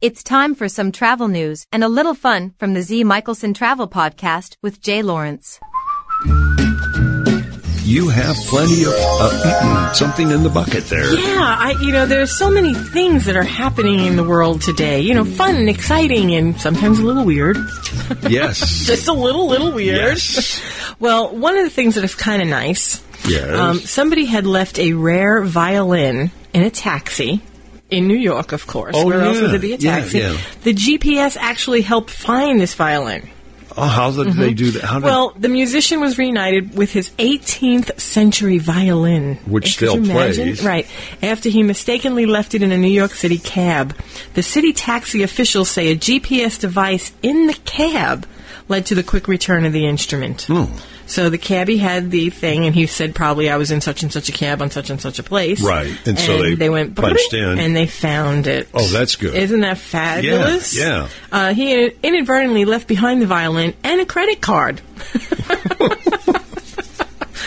It's time for some travel news and a little fun from the Z. Michelson Travel Podcast with Jay Lawrence. You have plenty of uh, something in the bucket there. Yeah, I you know there's so many things that are happening in the world today. You know, fun and exciting and sometimes a little weird. Yes. Just a little little weird. Yes. Well, one of the things that is kind of nice. Yes. Um, somebody had left a rare violin in a taxi. In New York, of course. Oh, Where else yeah. would there be a Yeah, taxi? yeah. The GPS actually helped find this violin. oh, how did they do that? How did, mm-hmm. Well, the musician was reunited with his 18th century violin, Which Could still you imagine? plays. Right after he mistakenly left it in a New York City cab, the city taxi officials say a GPS device in the cab led to the quick return of the instrument. Hmm. So the cabbie had the thing, and he said, "Probably I was in such and such a cab on such and such a place." Right, and so they went punched in. and they found it. Oh, that's good. Isn't that fabulous? yeah. Uh, he inadvertently left behind the violin and a credit card.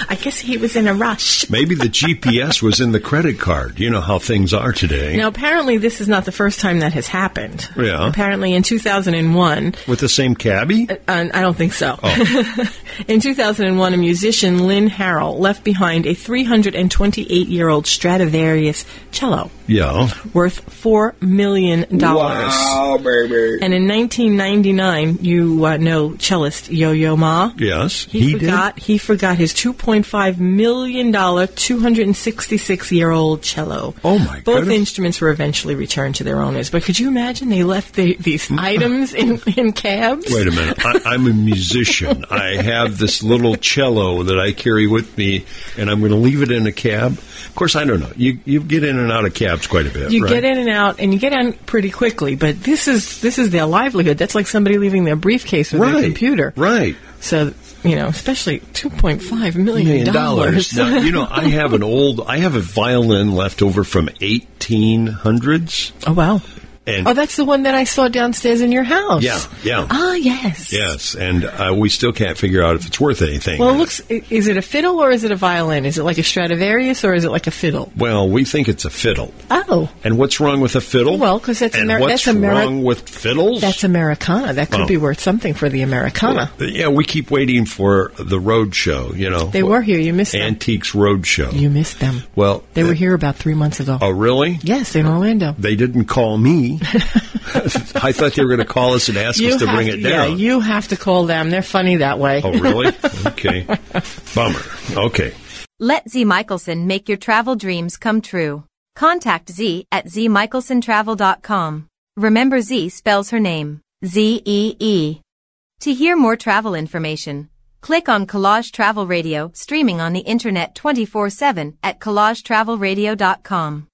I guess he was in a rush. Maybe the GPS was in the credit card. You know how things are today. Now, apparently, this is not the first time that has happened. Yeah. Apparently, in 2001, With the same cabbie? Uh, I don't think so. in 2001, a musician, Lynn Harrell, left behind a 328 year old Stradivarius cello yeah. worth $4 million. baby. And in 1999, you uh, know cellist Yo Yo Ma. Yes. He, forgot. He forgot his 2.5 million dollar, 266 year old cello. Oh, my Both goodness. instruments were eventually returned to their owners. But could you imagine they left the, these items in, in cabs? Wait a minute. I, I'm a musician. I have this little cello that I carry with me, and I'm going to leave it in a cab. Of course, I don't know. You you get in and out of cabs quite a bit. You right? get in and out, and you get in pretty quickly. But this is this is their livelihood. That's like somebody leaving their briefcase with their Right. computer. Right. So you know, especially 2.5 million dollars. now, you know, I have an old, I have a violin left over from 1800s. oh wow. And Oh, that's the one that I saw downstairs in your house. Yeah, yeah. Ah, yes. yes, and uh, we still can't figure out if it's worth anything. Well, it looks. i- Is it a fiddle or is it a violin? Is it like a Stradivarius or is it like a fiddle? Well, we think it's a fiddle. Oh, And what's wrong with a fiddle? Well, 'cause that's and Ameri- what's that's Ameri- wrong with fiddles? that's Americana. That could Oh. be worth something for the Americana. yeah, we keep waiting for the road show. You know, They were here. You missed them. Antiques Road Show. You missed them. well, They were uh, here about three months ago. Oh, really? Yes, in Orlando. They didn't call me. I thought they were going to call us and ask us to have bring it down. Yeah, you have to call them. They're funny that way. Oh, really? Okay. Bummer. Okay. Let Z. Michelson make your travel dreams come true. Contact Z at zmichelsontravel.com. Remember Z spells her name. Z-E-E. To hear more travel information, click on Collage Travel Radio streaming on the internet 24-7 at collagetravelradio.com.